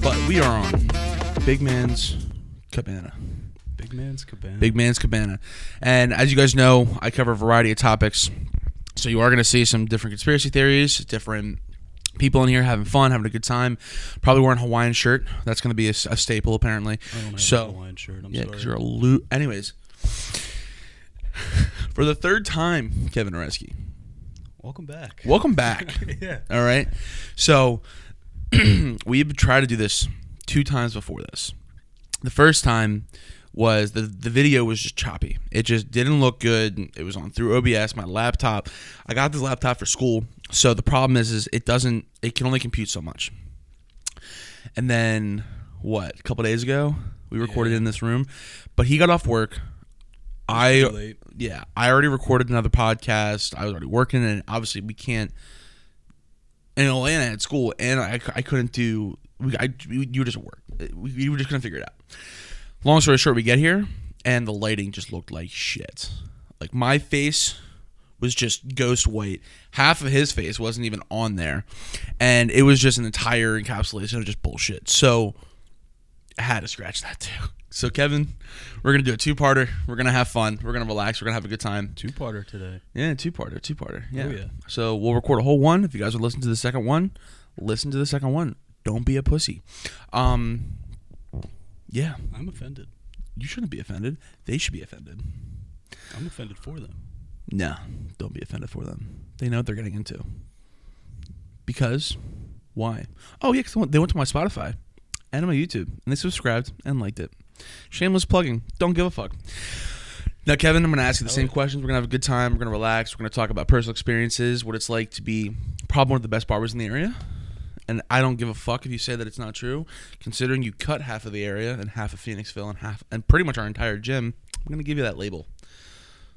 But we are on Big Man's Cabana. Big man's cabana. Big Man's Cabana. And as you guys know, I cover a variety of topics. So you are going to see some different conspiracy theories, different people in here having fun, having a good time. Probably wearing a Hawaiian shirt. That's going to be a, s- a staple, apparently. I don't have so, a Hawaiian shirt. I'm yeah, sorry. because you're a loot. Anyways, for the third time, Kevin Oreski, Welcome back. welcome back. yeah. All right. So we've tried to do this two times before this. The first time was the the video was just choppy. It just didn't look good. It was on through OBS, my laptop. I got this laptop for school. So the problem is is it doesn't it can only compute so much. And then what? A couple days ago, we recorded in this room, but he got off work. I Too late. yeah, I already recorded another podcast. I was already working, and obviously we can't in Atlanta at school, and I, I couldn't do. We, I, we, you were just at work. We, we were just gonna figure it out. Long story short, we get here, and the lighting just looked like shit. Like my face was just ghost white. Half of his face wasn't even on there, and it was just an entire encapsulation of just bullshit. So I had to scratch that too. So Kevin, we're gonna do a two-parter. We're gonna have fun. We're gonna relax. We're gonna have a good time. Two parter today. Yeah, two parter, two parter. Yeah. yeah. So we'll record a whole one. If you guys would listen to the second one, listen to the second one. Don't be a pussy. Um Yeah. I'm offended. You shouldn't be offended. They should be offended. I'm offended for them. No, don't be offended for them. They know what they're getting into. Because why? Oh yeah, 'cause they went- they went to my Spotify and my YouTube and they subscribed and liked it. Shameless plugging. Don't give a fuck. Now, Kevin, I'm going to ask you the same questions. We're going to have a good time. We're going to relax. We're going to talk about personal experiences, what it's like to be probably one of the best barbers in the area. And I don't give a fuck if you say that it's not true, considering you cut half of the area and half of Phoenixville and half and pretty much our entire gym. I'm going to give you that label.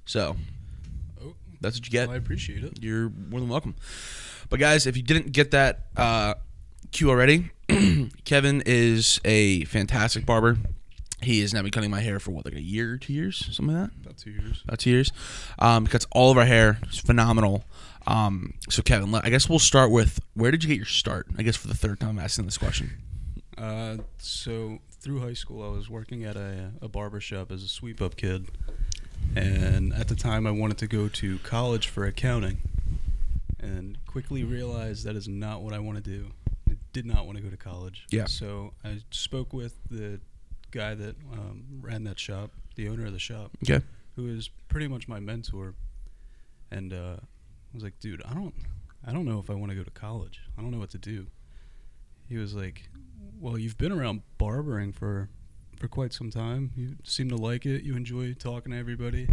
So Oh, that's what you get well, I appreciate it. you're more than welcome. But guys, if you didn't get that uh, cue already, Kevin is a fantastic barber. He has now been cutting my hair for what, like a year, two years, something like that About two years. about two years. Um, cuts all of our hair. It's phenomenal. Um, so Kevin, let- I guess we'll start with where did you get your start? I guess for the third time I'm asking this question. Uh, so through high school, I was working at a, a barber shop as a sweep up kid, and at the time, I wanted to go to college for accounting, and quickly realized that is not what I want to do. I did not want to go to college. Yeah. So I spoke with the guy that um, ran that shop, the owner of the shop, Okay. who is pretty much my mentor, and uh, I was like, dude, I don't, I don't know if I want to go to college. I don't know what to do. He was like, well, you've been around barbering for, for quite some time. You seem to like it. You enjoy talking to everybody.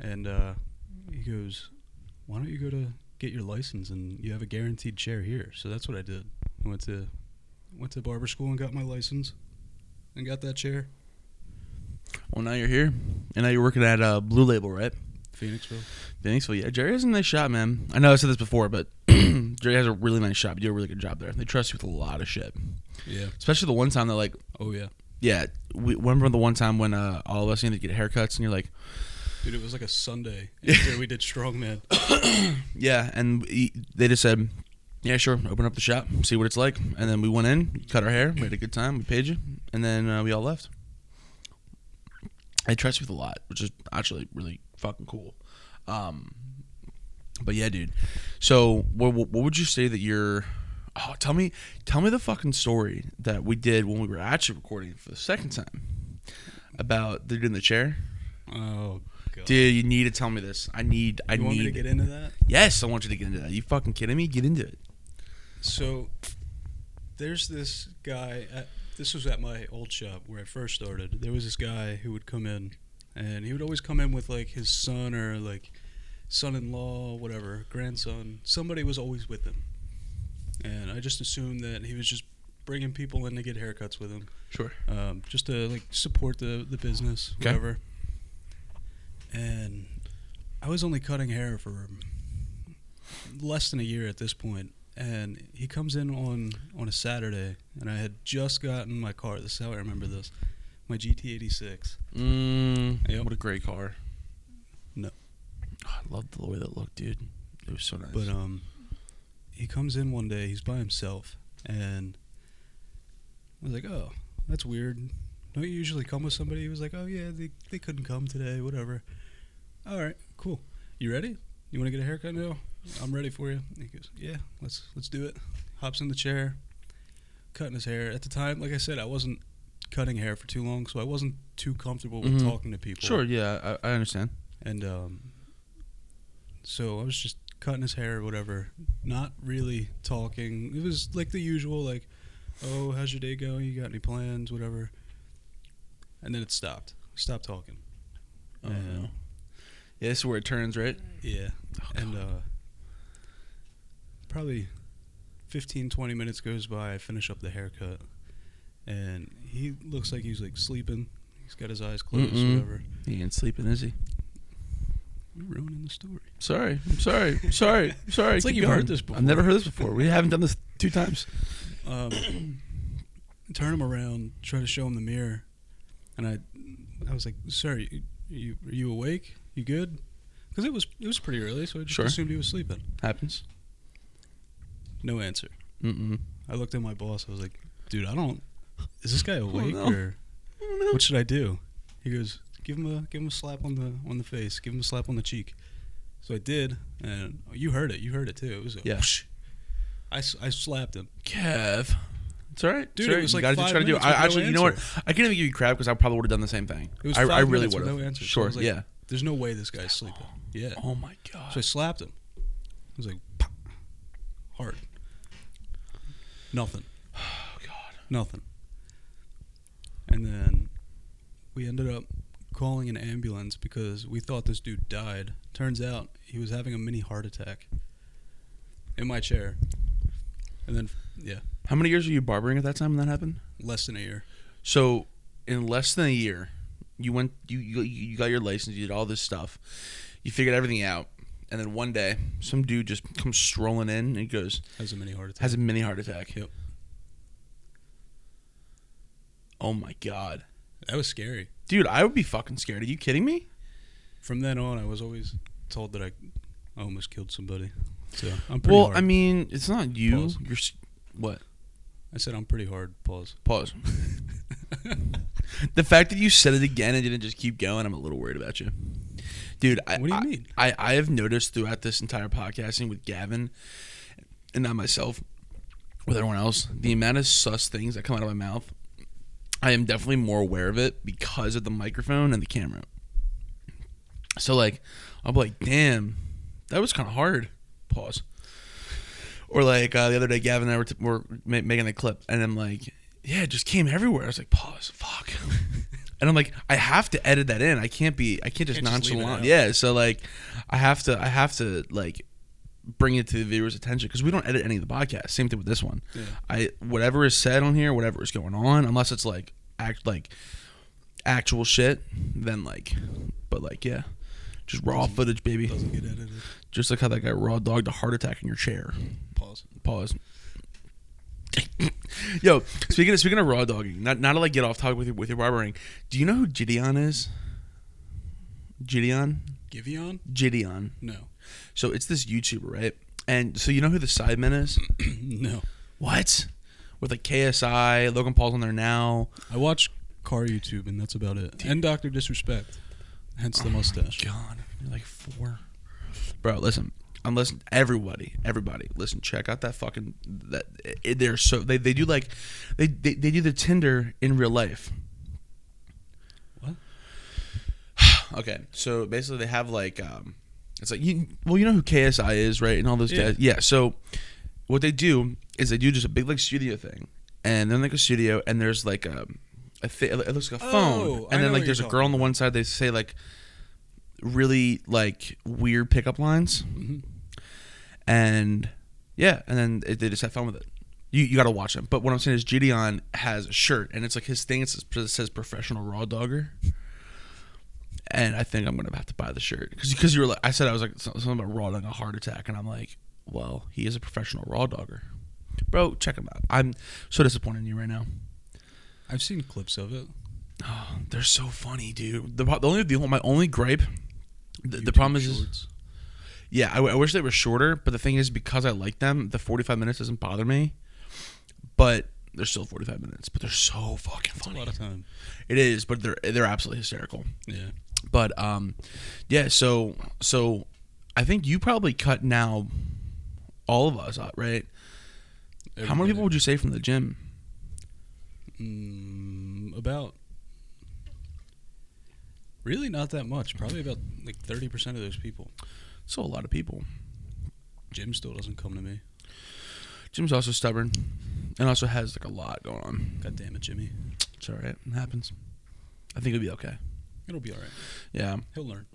And uh, he goes, why don't you go to get your license and you have a guaranteed chair here? So that's what I did. I went to, went to barber school and got my license, and got that chair. Well, now you're here, and now you're working at uh, Blue Label, right? Phoenixville. Thankfully, yeah. Jerry has a nice shop, man. I know I said this before, but Jerry has a really nice shop. You do a really good job there. They trust you with a lot of shit. Yeah. Especially the one time that, like, Oh yeah. yeah, we remember the one time when uh, all of us needed to get haircuts, and you're like, Dude, it was like a Sunday after we did Strongman. yeah, and we, they just said, yeah, sure, open up the shop, see what it's like, and then we went in, cut our hair, we had a good time, we paid you, and then uh, we all left. They trust you with a lot, which is actually really fucking cool. Um, but yeah, dude. So what, what what would you say that you're? Oh, tell me, tell me the fucking story that we did when we were actually recording for the second time about the dude in the chair. Oh god. Dude, you need to tell me this. I need. I you need. want me to get into that? Yes, I want you to get into that. You fucking kidding me? Get into it. So there's this guy at this was at my old shop where I first started. There was this guy who would come in and he would always come in with like his son or like son-in-law, whatever, grandson. Somebody was always with him. And I just assumed that he was just bringing people in to get haircuts with him. Sure. um, just to like support the the business, Okay. whatever. And I was only cutting hair for less than a year at this point, and he comes in on on a Saturday, and I had just gotten my car. This is how I remember this, my GT86. Mm, Yep. What a great car. No. loved Oh, the way that looked, dude. It was so nice. But um, he comes in one day. He's by himself, and I was like, "Oh, that's weird. Don't you usually come with somebody?" He was like, "Oh yeah, they they couldn't come today. Whatever. All right, cool. You ready? You want to get a haircut now? I'm ready for you." He goes, "Yeah, let's let's do it." Hops in the chair, cutting his hair. At the time, like I said, I wasn't cutting hair for too long, so I wasn't too comfortable with Mhm. talking to people. sure, yeah, I, I understand. And um, so I was just cutting his hair or whatever, not really talking. It was like the usual, like, oh, how's your day going? You got any plans? Whatever. And then it stopped. Stopped talking. Oh, And- no. Yeah, this is where it turns, right? Yeah. and uh, probably 15, 20 minutes goes by. I finish up the haircut. And he looks like he's like sleeping. He's got his eyes closed, Mm-mm. whatever. He ain't sleeping, is he? You're ruining the story. Sorry, I'm sorry, I'm sorry, I'm sorry. It's like Keep you've going. heard this before. I've never heard this before. We haven't done this two times. um, turn him around, try to show him the mirror, and I, I was like, "Sir, you, you are you awake? You good?" Because it was it was pretty early, so I just Sure. assumed he was sleeping. Happens. No answer. Mm-mm. I looked at my boss. I was like, "Dude, I don't. Is this guy awake no. or what should I do?" He goes, "Give him a give him a slap on the on the face. Give him a slap on the cheek." So I did, and you heard it. You heard it too. It was a Yeah. whoosh. I, s- I slapped him. Kev. It's all right, Dude, It's all it was You like gotta do- five try to do. minutes I with no actually, you know what? answer. I can't even give you crap because I probably would have done the same thing. It was I, five I really minutes would with have. no answer. So I Sure, was like, yeah. There's no way this guy's sleeping. Yeah. Oh my god. So I slapped him. I was like, "Pop." hard. Nothing. oh god. Nothing. And then we ended up calling an ambulance because we thought this dude died. Turns out he was having a mini heart attack in my chair. And then, yeah, How many years were you barbering at that time when that happened? less than a year. So, in less than a year, you went, you you, you got your license, you did all this stuff, you figured everything out, and then one day, some dude just comes strolling in and goes, Has a mini heart attack. has a mini heart attack. Yep. Oh my god, That was scary. dude, I would be fucking scared. Are you kidding me? From then on, I was always told that I almost killed somebody. So I'm pretty Well, hard. I mean, it's not you. Pause. You're s- what? I said I'm pretty hard. Pause. Pause. the fact that you said it again and didn't just keep going, I'm a little worried about you, dude. I, What do you I- mean? I, I have noticed throughout this entire podcasting with Gavin, and not myself, with everyone else, the amount of sus things that come out of my mouth. I am definitely more aware of it because of the microphone and the camera. So like, I'll be like, damn, that was kind of hard. Pause. Or like uh, the other day, Gavin and I were, t- were ma- making a clip, and I'm like, yeah, it just came everywhere. I was like, pause, fuck. and I'm like, I have to edit that in. I can't be, I can't just Can't just leave it nonchalant. out. yeah. So like, I have to, I have to like bring it to the viewer's attention because we don't edit any of the podcasts. Same thing with this one. Yeah. I whatever is said on here, whatever is going on, unless it's like act like actual shit, then like, but like yeah, just raw Doesn't- footage, baby. Doesn't get edited. Just like how that guy raw dogged a heart attack in your chair. Pause. Pause. Yo, speaking of, speaking of raw dogging, not not to like get off topic with your, with your barbering. Do you know who Gideon is? Gideon, Giveon? Gideon. No. So it's this YouTuber, right? And so you know who the Sidemen is? no. What? With like KSI, Logan Paul's on there now. I watch car YouTube and that's about it. And Doctor Disrespect. Hence the mustache. Oh God, you're like four. Bro, listen. I'm listening. Everybody, everybody, listen. Check out that fucking that. It, they're so they, they do like they, they they do the Tinder in real life. What? okay, so basically they have like um, it's like you well you know who KSI is right and all those Yeah. guys yeah. So what they do is they do just a big like studio thing and then like a studio and there's like a, a thi- it looks like a phone and Oh, I know then like what there's a you're girl talking on the one side they say like really like weird pickup lines Mhm. and yeah and then it, they just have fun with it you, you got to watch them but what i'm saying is gideon has a shirt and it's like his thing it says, it says professional raw dogger and i think i'm gonna have to buy the shirt because you were like i said i was like so- something about raw dogging a heart attack and i'm like well he is a professional raw dogger bro check him out i'm so disappointed in you right now I've seen clips of it. Oh, they're so funny, dude. The, pro- the only the only- my only gripe, the, the YouTube problem is, shorts. Yeah, I, w- I wish they were shorter, but the thing is, because I like them, the 45 minutes doesn't bother me. But they're still 45 minutes, but they're so fucking A funny. lot of time. It is, but they're they're absolutely hysterical. Yeah. But um, yeah. So so, I think you probably cut now, all of us out, right? How many Everybody. people would you say from the gym? Mm, about really not that much. Probably about like thirty percent of those people. So a lot of people. Jim still doesn't come to me. Jim's also stubborn, and also has like a lot going on. God damn it, Jimmy. It's all right. It happens. I think it'll be okay. It'll be all right. Yeah, He'll learn.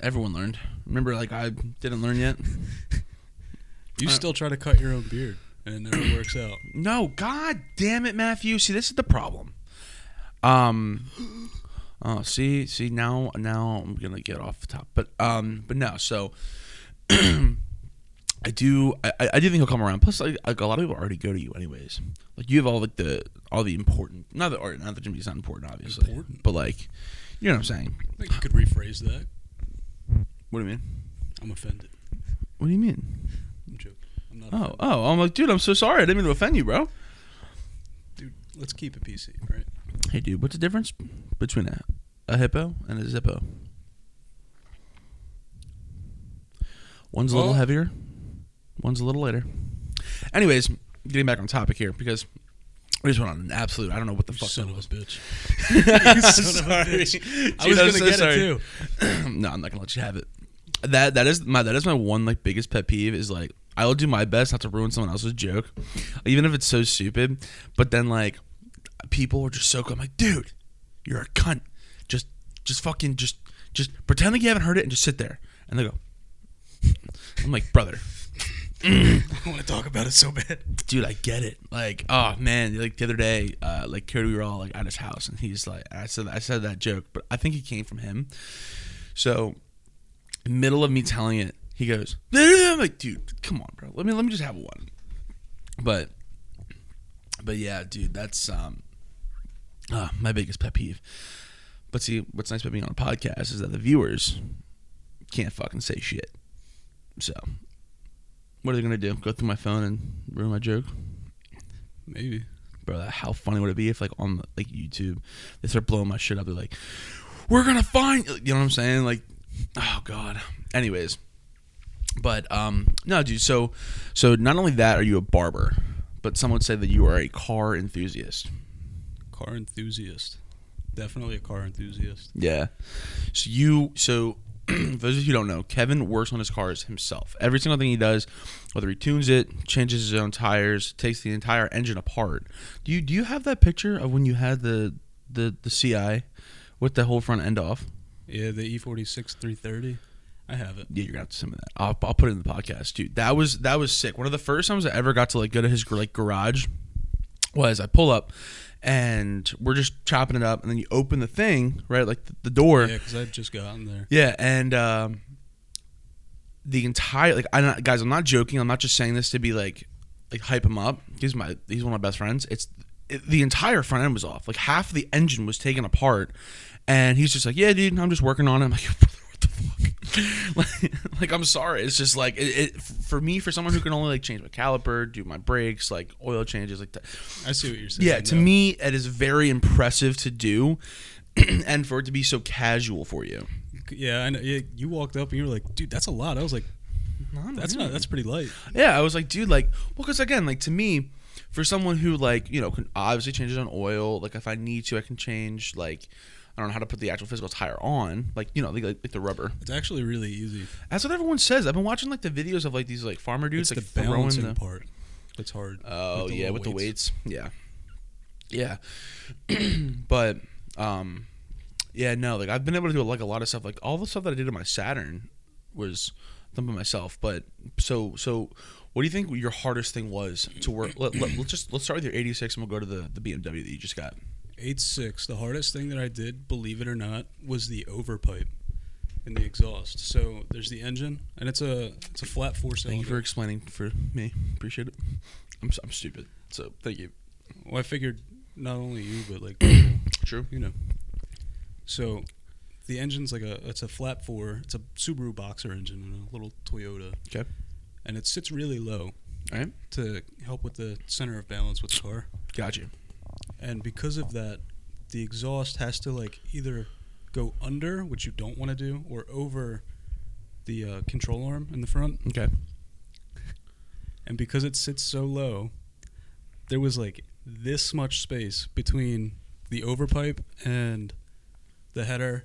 everyone learned. Remember, like I didn't learn yet. You Uh, still try to cut your own beard, and it never works out. No, god damn it, Matthew. See, this is the problem. Um Oh, see, see now now I'm gonna get off the top. But um but no, so I do I, I I do think he'll come around. Plus like, like a lot of people already go to you anyways. Like you have all like the all the important not that or not that Jimmy's not important obviously. Important? But like you know what I'm saying. I think you could rephrase that. What do you mean? I'm offended. What do you mean? I'm joking. I'm not. Oh, offended. oh, I'm like, dude, I'm so sorry. I didn't mean to offend you, bro. dude, let's keep it PC, all right? Hey, dude, what's the difference between a, a hippo and a zippo? One's a little Well- heavier, one's a little lighter. Anyways, getting back on topic here because we just went on an absolute. I don't know what the fuck. Son that of a was. bitch. I'm Son of a sorry. bitch. I Dude, was I'm gonna so get sorry. it too. no, I'm not gonna let you have it. That that is my that is my one like biggest pet peeve is like I will do my best not to ruin someone else's joke, even if it's so stupid. But then like people are just so I'm like, dude, you're a cunt. Just just fucking just just pretend like you haven't heard it and just sit there. And they go, I'm like, brother, I want to talk about it so bad. dude, I get it. Like, oh man, like the other day, uh, like Cody, we were all like at his house, and he's like, I said, I said that joke, but I think it came from him. So, middle of me telling it, he goes, I'm like, dude, come on, bro. Let me let me just have one. But, but yeah, dude, that's um, uh, my biggest pet peeve. But see, what's nice about being on a podcast is that the viewers can't fucking say shit. So, what are they gonna do? Go through my phone and ruin my joke? Maybe. bro that- how funny would it be if like on like youtube they start blowing my shit up they're like we're gonna find you know what i'm saying like oh god anyways but um no dude so so not only that are you a barber but some would say that you are a car enthusiast Car enthusiast. Definitely a car enthusiast. yeah so you so those of you who don't know kevin works on his cars himself every single thing he does whether he tunes it changes his own tires takes the entire engine apart do you do you have that picture of when you had the the the ci with the whole front end off Yeah, the E E46 330. I have it. yeah you're gonna have to send me that i'll, I'll put it in the podcast dude that was that was sick one of the first times i ever got to like go to his like garage was i pull up and we're just chopping it up and then you open the thing right like the, the door Yeah, because I've just gotten there. Yeah, and um, the entire like I am guys, I'm not joking. I'm not just saying this to be like like hype him up. He's my he's one of my best friends. It's it, the entire front end was off. Like half the engine was taken apart, and he's just like, "Yeah, dude, I'm just working on it." I'm like, "Brother, what the fuck?" like, like I'm sorry. It's just like it, it for me for someone who can only like change my caliper, do my brakes, like oil changes, like that. I see what you're saying. Yeah, to though. me, it is very impressive to do, and for it to be so casual for you. Yeah, I know. Yeah, you walked up and you were like, dude, that's a lot. I was like, that's not, that's pretty light. Yeah, I was like, dude, like, well, because again, like to me, for someone who like you know can obviously change it on oil, like if I need to, I can change like I don't know how to put the actual physical tire on, like you know, like, like, like the rubber. It's actually really easy. That's what everyone says. I've been watching like the videos of like these like farmer dudes It's like the throwing balancing the part. That's hard. oh the yeah little with the weights, yeah, yeah. but um, yeah, no, like I've been able to do like a lot of stuff, like all the stuff that I did on my Saturn was done by myself. But so so, what do you think your hardest thing was to work? Let, let, let's just let's start with your '86, and we'll go to the the BMW that you just got. Eight six. The hardest thing that I did, believe it or not, was the overpipe in the exhaust. So there's the engine, and it's a it's a flat four Thank cylinder. you for explaining for me. Appreciate it. I'm s- I'm stupid, so thank you. well, I figured not only you but like people, True. you know. So the engine's like a it's a flat four. It's a Subaru boxer engine and a little Toyota. Okay. And it sits really low. Alright. To help with the center of balance with the car. Got you. And because of that, the exhaust has to like either go under, which you don't want to do, or over the uh, control arm in the front. Okay. And because it sits so low, there was like this much space between the overpipe and the header,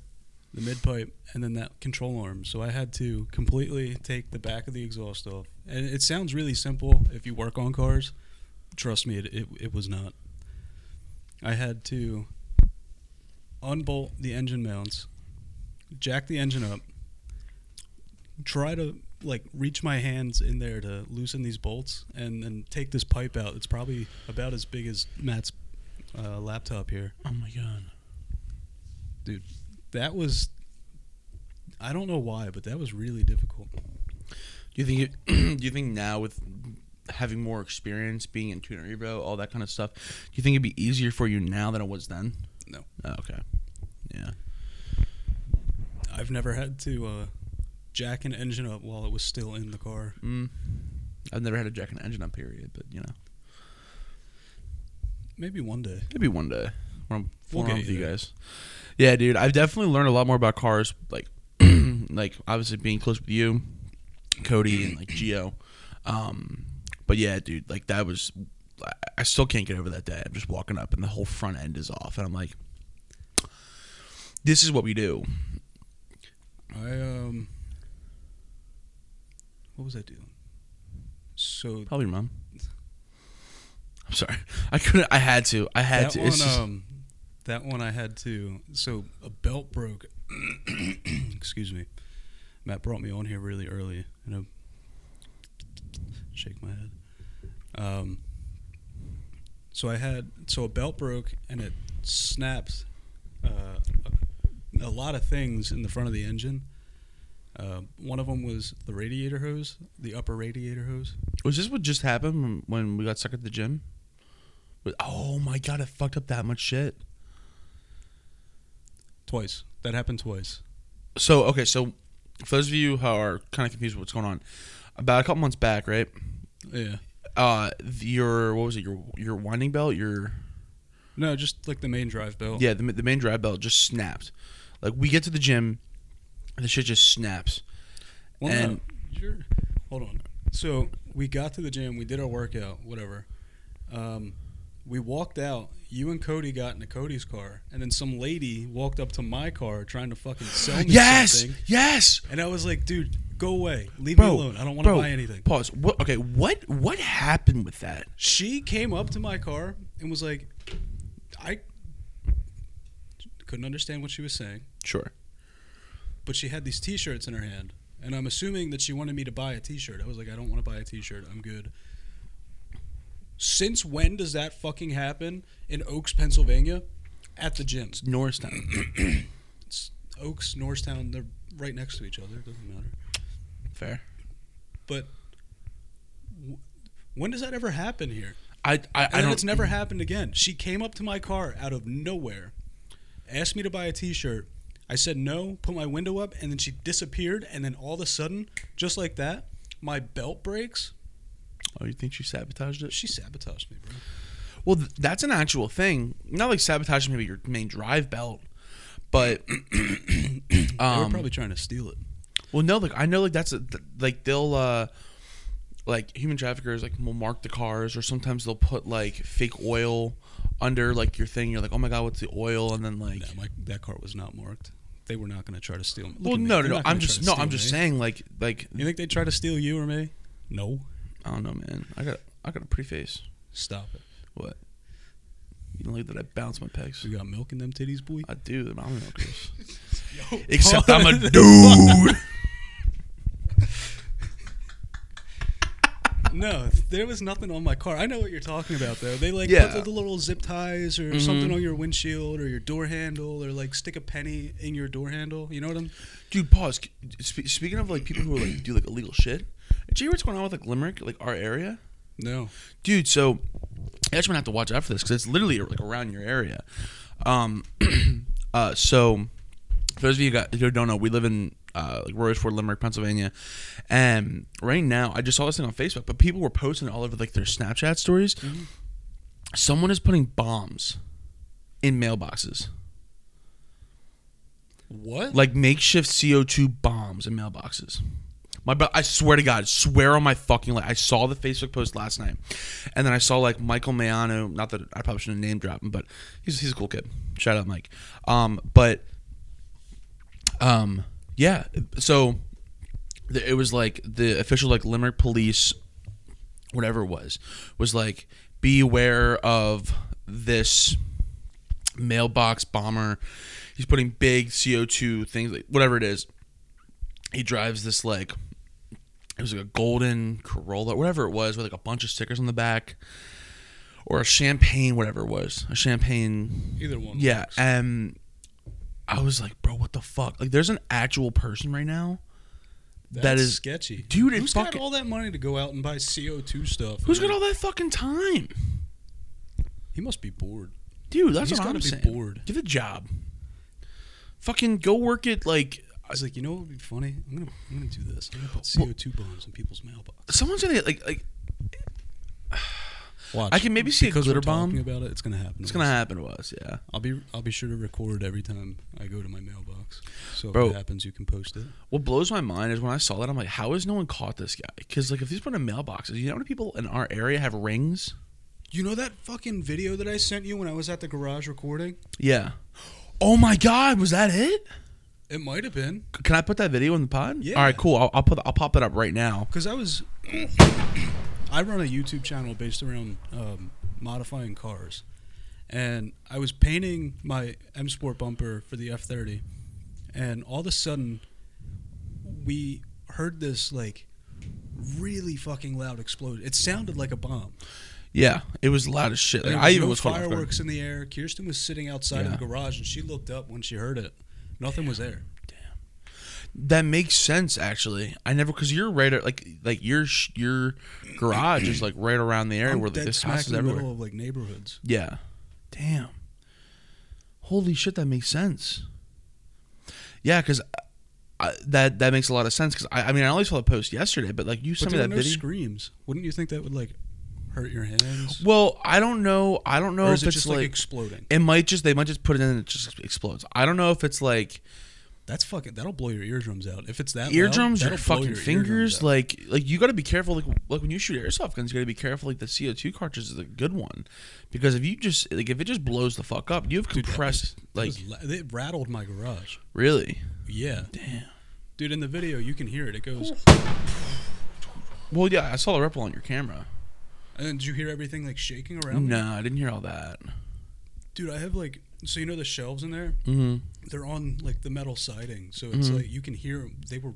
the mid pipe, and then that control arm. So I had to completely take the back of the exhaust off. And it sounds really simple if you work on cars. Trust me, it, it, it was not. I had to unbolt the engine mounts, jack the engine up, try to like reach my hands in there to loosen these bolts and then take this pipe out. It's probably about as big as Matt's uh, laptop here. Oh my god. That was I don't know why, but that was really difficult. Do you think it, do you think now with having more experience, being in tuner Evo, all that kind of stuff, do you think it'd be easier for you now than it was then? No. Oh, okay. Yeah. I've never had to uh, jack an engine up while it was still in the car. Mm. I've never had a jack and engine up period, but you know, Maybe one day. maybe one day when I'm We'll fooling get around with you you there. guys. Yeah, dude, I've definitely learned a lot more about cars. Like, like obviously being close with you, Cody, and like Geo. Um, but yeah, dude, like that was. I- I still can't get over that day. I'm just walking up and the whole front end is off, and I'm like, "This is what we do." I um what was I doing? So Probably your mom. I'm sorry. I couldn't. I had to. I had that to. one, It's just- um, that one I had to. So a belt broke. Excuse me. Matt brought me on here really early, and I shake my head. Um, so I had so a belt broke, and it snapped uh, a, a lot of things in the front of the engine. Uh, one of them was the radiator hose, the upper radiator hose. Was this what just happened when- when we got stuck at the gym? But- Oh my god, it fucked up that much shit. Twice. That happened twice. So okay, so for those of you who are kind of confused with what's going on, about a couple months back, right? Yeah. Uh, your what was it? Your your winding belt, your No, just like the main drive belt. yeah, the, the main drive belt just snapped. Like we get to the gym, and the shit just snaps. Well, And- no, you're, hold on. So we got to the gym. We did our workout, whatever. Um, we walked out. You and Cody got into Cody's car, and then some lady walked up to my car trying to fucking sell me Yes, something. yes, And I was like, dude, go away. Leave bro. me alone. I don't want to bro, buy anything. Pause. What? Okay, what what happened with that? She came up to my car and was like, I couldn't understand what she was saying, Sure. but she had these T-shirts in her hand, and I'm assuming that she wanted me to buy a T-shirt. I was like, I don't want to buy a T-shirt. I'm good. Since when does that fucking happen in Oaks, Pennsylvania, at the gyms? Norristown. It's Oaks, Norristown, they're right next to each other. It doesn't matter. Fair. But w- when does that ever happen here? I I, And I then don't. mm. it's never happened again. She came up to my car out of nowhere, asked me to buy a T-shirt. I said no, put my window up, and then she disappeared. And then all of a sudden, just like that, my belt breaks. Oh, you think she sabotaged it? She sabotaged me, bro. Well, th- that's an actual thing. Not like sabotaging maybe your main drive belt, but they were um, probably trying to steal it. well, no, like I know, like that's a, th- like they'll uh, like human traffickers like will mark the cars, or sometimes they'll put like fake oil under like your thing. You're like, oh my god, what's the oil? And then like, No, my, that car was not marked. They were not going to try to steal me. Look well, at me. no, They're no, no, not gonna I'm try just to no, steal I'm just me. saying like like You think they try to steal you or me? No. I don't know, man. I got I got a pretty face. Stop it. What? You don't like that I bounce my pecs? We got milk in them titties, boy. I do. They're my milkers. Yo, Except Paul. I'm a dude. No, there was nothing on my car. I know what you're talking about, though. They like Yeah. Mm-hmm. put the, the little zip ties or something on your windshield or your door handle, or like stick a penny in your door handle. You know what I'm? Dude, pause. C- Spe- speaking of like people who like do like illegal shit, did you hear what's going on with like Limerick, like our area? No. Dude, so I actually might have to watch out for this because it's literally like around your area. Um, uh, so For those of you guys who don't know, we live in uh, like Royersford, Limerick, Pennsylvania, and right now I just saw this thing on Facebook, but people were posting it all over like their Snapchat stories. Someone is putting bombs in mailboxes, What? like makeshift CO two bombs in mailboxes. My, bro- I swear to God, swear on my fucking life. I saw the Facebook post last night, and then I saw like Michael Mayano. Not that I probably shouldn't name drop him, but he's he's a cool kid. Shout out Mike. Um, but um, yeah. So the, it was like the official like Limerick police, whatever it was, was like be aware of this mailbox bomber. He's putting big CO two things, like, whatever it is. He drives this like it was like a golden Corolla, whatever it was, with like a bunch of stickers on the back, or a champagne, whatever it was, a champagne Either one. yeah, works. and I was like, bro, what the fuck? Like, there's an actual person right now. That's that is- sketchy. Dude, it Who's fucking- got all that money to go out and buy CO2 stuff? Who's got all that fucking time, He must be bored. dude? That's He's what gotta I'm be saying. bored. Get a job. Fucking go work at like I was like, you know what would be funny? I'm gonna, I'm gonna do this. I'm gonna put CO2 bombs in people's mailbox. someone's gonna get like like Watch. I can maybe see a because glitter we're talking bomb. about it. It's gonna happen. It's gonna happen to us, yeah, I'll be I'll be sure to record every time I go to my mailbox. So Bro. if it happens, you can post it. What blows my mind is when I saw that I'm like, how has no one caught this guy? Because like if he's put in mailboxes, you know how many people in our area have rings? You know that fucking video that I sent you when I was at the garage recording? Yeah. Oh my god, was that it? It might have been C- Can I put that video in the pod? Yeah. All right, cool. I'll, I'll put I'll pop that up right now. because I was. I run a YouTube channel based around um, modifying cars, and I was painting my M Sport bumper for the F thirty, and all of a sudden, we heard this like really fucking loud explosion. It sounded like a bomb. Yeah, it was loud as shit. Like, There I even no was caught off guard. fireworks in the air. Kirsten was sitting outside in Yeah. the garage, and she looked up when she heard it. Nothing was there. That makes sense, actually. I never because you're right at like like your sh- your garage is like right around the area I'm where like, dead this smack house in is the everywhere. middle of like neighborhoods. Yeah. Damn. Holy shit, that makes sense. Yeah, because that that makes a lot of sense. Because I, I mean, I only saw the post yesterday, but like you But sent me there were that no video. screams. Wouldn't you think that would like hurt your hands? well, I don't know. I don't know or if is it it's just like, like, exploding? it might just they might just put it in and it just explodes. I don't know if it's like That's fucking. That'll blow your eardrums out. If it's that loud, eardrums or that'll blow fucking your fingers. eardrums out. like like you got to be careful. Like like when you shoot airsoft guns, you got to be careful. Like the CO two cartridge is a good one because if you just like if it just blows the fuck up, you have Dude, that compressed was- like it, was la- it rattled my garage. really. Yeah, Damn. dude. In the video, you can hear it. It goes. Well, yeah, I saw the ripple on your camera. And then did you hear everything like shaking around? No, I didn't hear all that. Dude, I have like. So you know the shelves in there? Mm-hmm. They're on like the metal siding, so it's Mhm. like you can hear. 'em. They were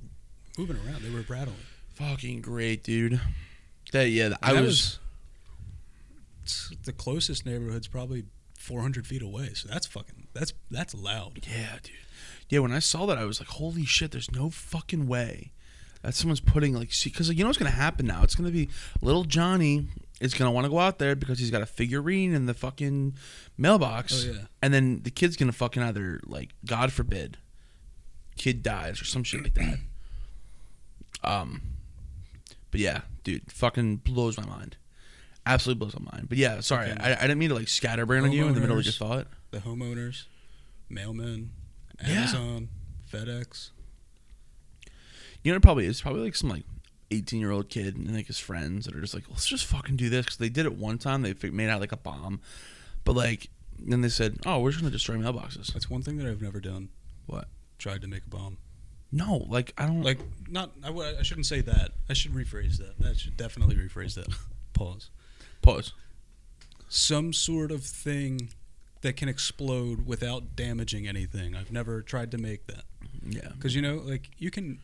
moving around. They were rattling. Fucking great, dude. That yeah, I That was, it's- the closest neighborhood's probably 400 feet away. So that's fucking. That's that's loud. yeah, dude. Yeah, when I saw that, I was like, holy shit, there's no fucking way that someone's putting like see, because you know what's gonna happen now? It's gonna be little Johnny is gonna want to go out there because he's got a figurine in the fucking mailbox. Oh, yeah. And then the kid's gonna fucking either like, God forbid, kid dies or some shit like that. Um, but yeah, dude, fucking blows my mind. Absolutely blows my mind. But yeah, sorry, Okay. I, I didn't mean to like scatterbrain on you in the middle of your Homeowners. thought. the homeowners, mailmen, Yeah. Amazon, FedEx. You know, it probably is probably like some like eighteen year old kid and like his friends that are just like, let's just fucking do this because they did it one time. They fi- made out like a bomb, but like then they said, oh, we're just gonna destroy mailboxes. That's one thing that I've never done. What? Tried to make a bomb. No, like I don't Like, not. I, w- I shouldn't say that. I should rephrase that. I should definitely rephrase that. Pause. pause. Some sort of thing that can explode without damaging anything. I've never tried to make that Yeah. because you know, like you can.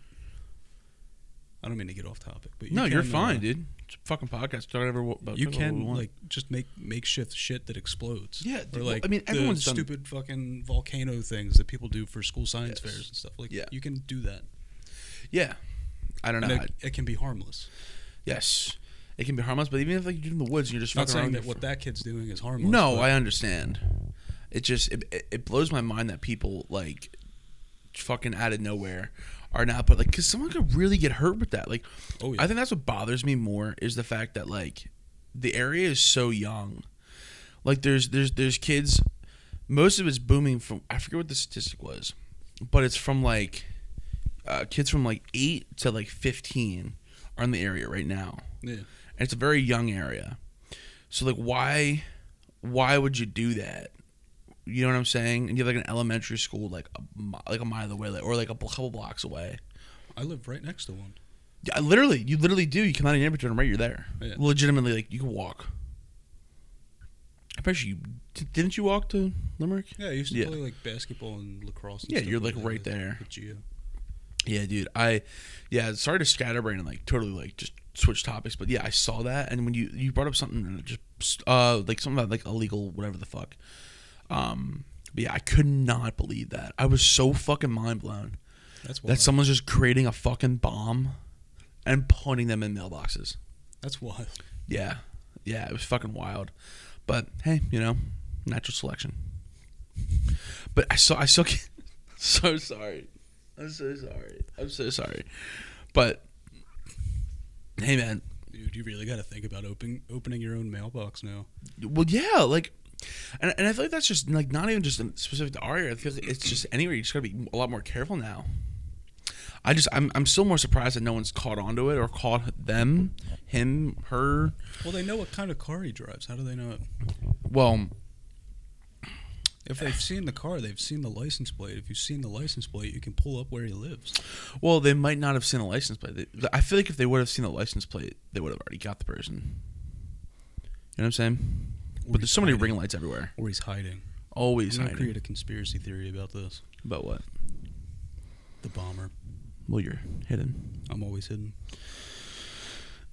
I don't mean to get off topic, but you no, can, you're uh, fine, dude. It's a fucking podcast. Talk whatever. wa- about- You talk about what we can want. like just make makeshift shit that explodes. Yeah, dude, or well, like I mean, the everyone's done- stupid fucking volcano things that people do for school science Yes. fairs and stuff. Like, Yeah. you can do that, yeah. I don't know. and I- it, it can be harmless. yes, it can be harmless, but even if like you're in the woods and you're just Not fucking around saying with that your what that kid's doing is harmless. No, but I understand. It just it, it- it blows my mind that people like fucking out of nowhere are not, but like, because someone could really get hurt with that. Like, Oh, yeah. I think that's what bothers me more is the fact that like the area is so young. Like, there's there's there's kids. Most of it's booming from I forget what the statistic was, but it's from like uh, kids from like eight to like fifteen are in the area right now Yeah. and it's a very young area. So like why why would you do that? You know what I'm saying? And you have like an elementary school like a, mi- like a mile away like, or like a bl- couple blocks away. I live right next to one. Yeah, literally, you literally do. You come out of your neighborhood and right, you're there. Yeah. Legitimately, like you can walk. I bet you d- didn't you walk to Limerick? Yeah, I used to Yeah. play like basketball and lacrosse. And Yeah, stuff you're, like, that right with- there. With Geo. Yeah, dude. I yeah, sorry to scatterbrain and like totally like just switch topics, but yeah, I saw that and when you you brought up something and it just uh like something about like illegal whatever the fuck. Um but yeah, I could not believe that. I was so fucking mind blown That's wild. that That's, someone's just creating a fucking bomb and putting them in mailboxes. wild. Yeah. Yeah, it was fucking wild. But hey, you know, natural selection. But I saw I saw so sorry. I'm so sorry. I'm so sorry. But hey man, Dude, you really got to think about open, opening your own mailbox now. well yeah, like and, and I feel like that's just like not even just in- specific to our area. I feel like it's just anywhere you just gotta be a lot more careful now. I just I'm I'm still more surprised that no one's caught onto it or caught them, him, her, Well, they know what kind of car he drives. How do they know it? well, If they've seen the car, they've seen the license plate. If you've seen the license plate, you can pull up where he lives. Well, they might not have seen the license plate. They- I feel like if they would have seen the license plate, they would have already got the person. You know what I'm saying? But there's so many ring lights everywhere. Or he's hiding. Always I'm going to hiding. create a conspiracy theory about this. About what? The bomber. Well, you're hidden. I'm always hidden.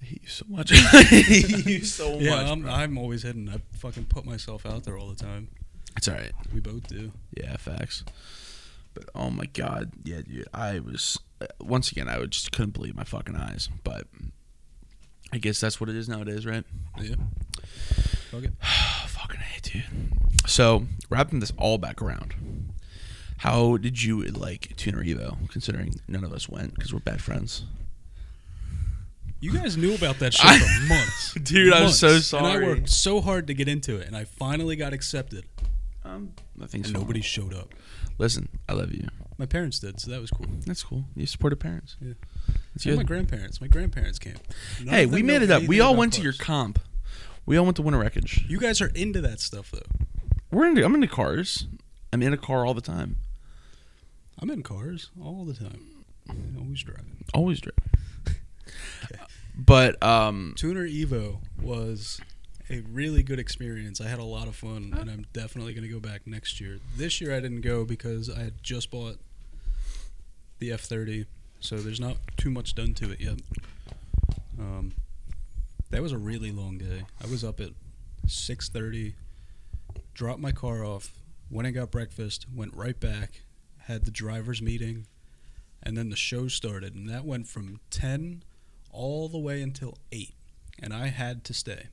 I hate you so much. I hate you so yeah, much. I'm, bro. I'm always hidden. I fucking put myself out there all the time. It's all right. We both do. Yeah, facts. But oh my god, yeah, dude, I was uh, once again, I would- just couldn't believe my fucking eyes. But I guess that's what it is nowadays, right? Yeah. Fuck it. Oh, Fucking hate, dude. So wrapping this all back around, how did you like Tuner Evo? Considering none of us went because we're bad friends. You guys knew about that shit for months. Dude, I'm so Months. And sorry. I worked so hard to get into it, and I finally got accepted. Um, I think And so. nobody showed up. Listen, I love you. My parents did, so that was cool. That's cool. You supported parents. Yeah. That's And my good. grandparents. My grandparents came. None hey, of them we know made it up. We anything all about went to your cars. comp. We all went to Winter Wreckage. You guys are into that stuff, though. We're into. I'm into cars. I'm in a car all the time. I'm in cars all the time. I always driving. Always drive. But um, Tuner Evo was a really good experience. I had a lot of fun, and I'm definitely going to go back next year. This year I didn't go because I had just bought the F30, so there's not too much done to it yet. Um, that was a really long day. I was up at 6:30, dropped my car off, went and got breakfast, went right back, had the drivers meeting, and then the show started, and that went from 10 all the way until 8, and I had to stay.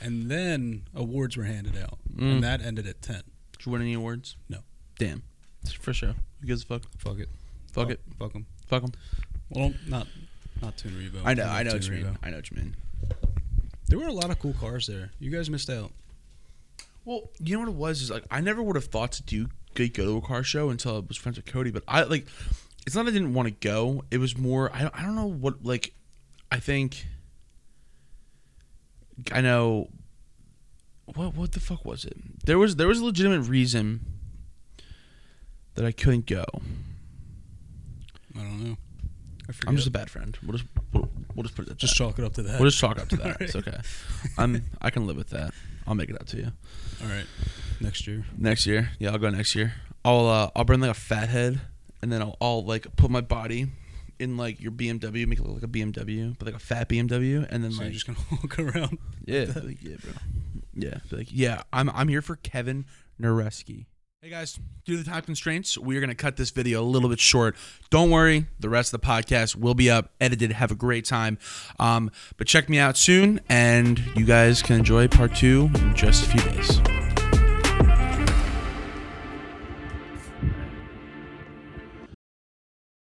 And then awards were handed out, Mm. and that ended at 10. did you win any awards? No. Damn. For sure. Who gives a fuck? Fuck it. Fuck it. Oh, Fuck them. Fuck them. Well, not not Toon Revo. I know. I know Toon what you mean. Revo. I know what you mean. There were a lot of cool cars there. You guys missed out. Well, you know what it was is like I never would have thought to do go go to a car show until I was friends with Cody. But I like it's not I didn't want to go. It was more I I don't know what like I think I know what what the fuck was it? There was there was a legitimate reason that I couldn't go. I don't know. I forget. I'm just a bad friend. We'll just we'll, we'll just put it at Just that. chalk it up to that. we'll just chalk up to that. It's Alright. okay. I'm I can live with that. I'll make it up to you. All right. Next year. Next year, yeah, I'll go next year. I'll uh, I'll burn like a fat head, and then I'll, I'll like put my body in like your BMW, make it look like a BMW, but like a fat BMW, and then So like you're just gonna walk around. yeah, be like, yeah, bro, yeah, be like yeah, I'm I'm here for Kevin Nareski. Hey guys, due to the time constraints, we are gonna cut this video a little bit short. Don't worry, the rest of the podcast will be up, edited. Have a great time, um, but check me out soon, and you guys can enjoy part two in just a few days.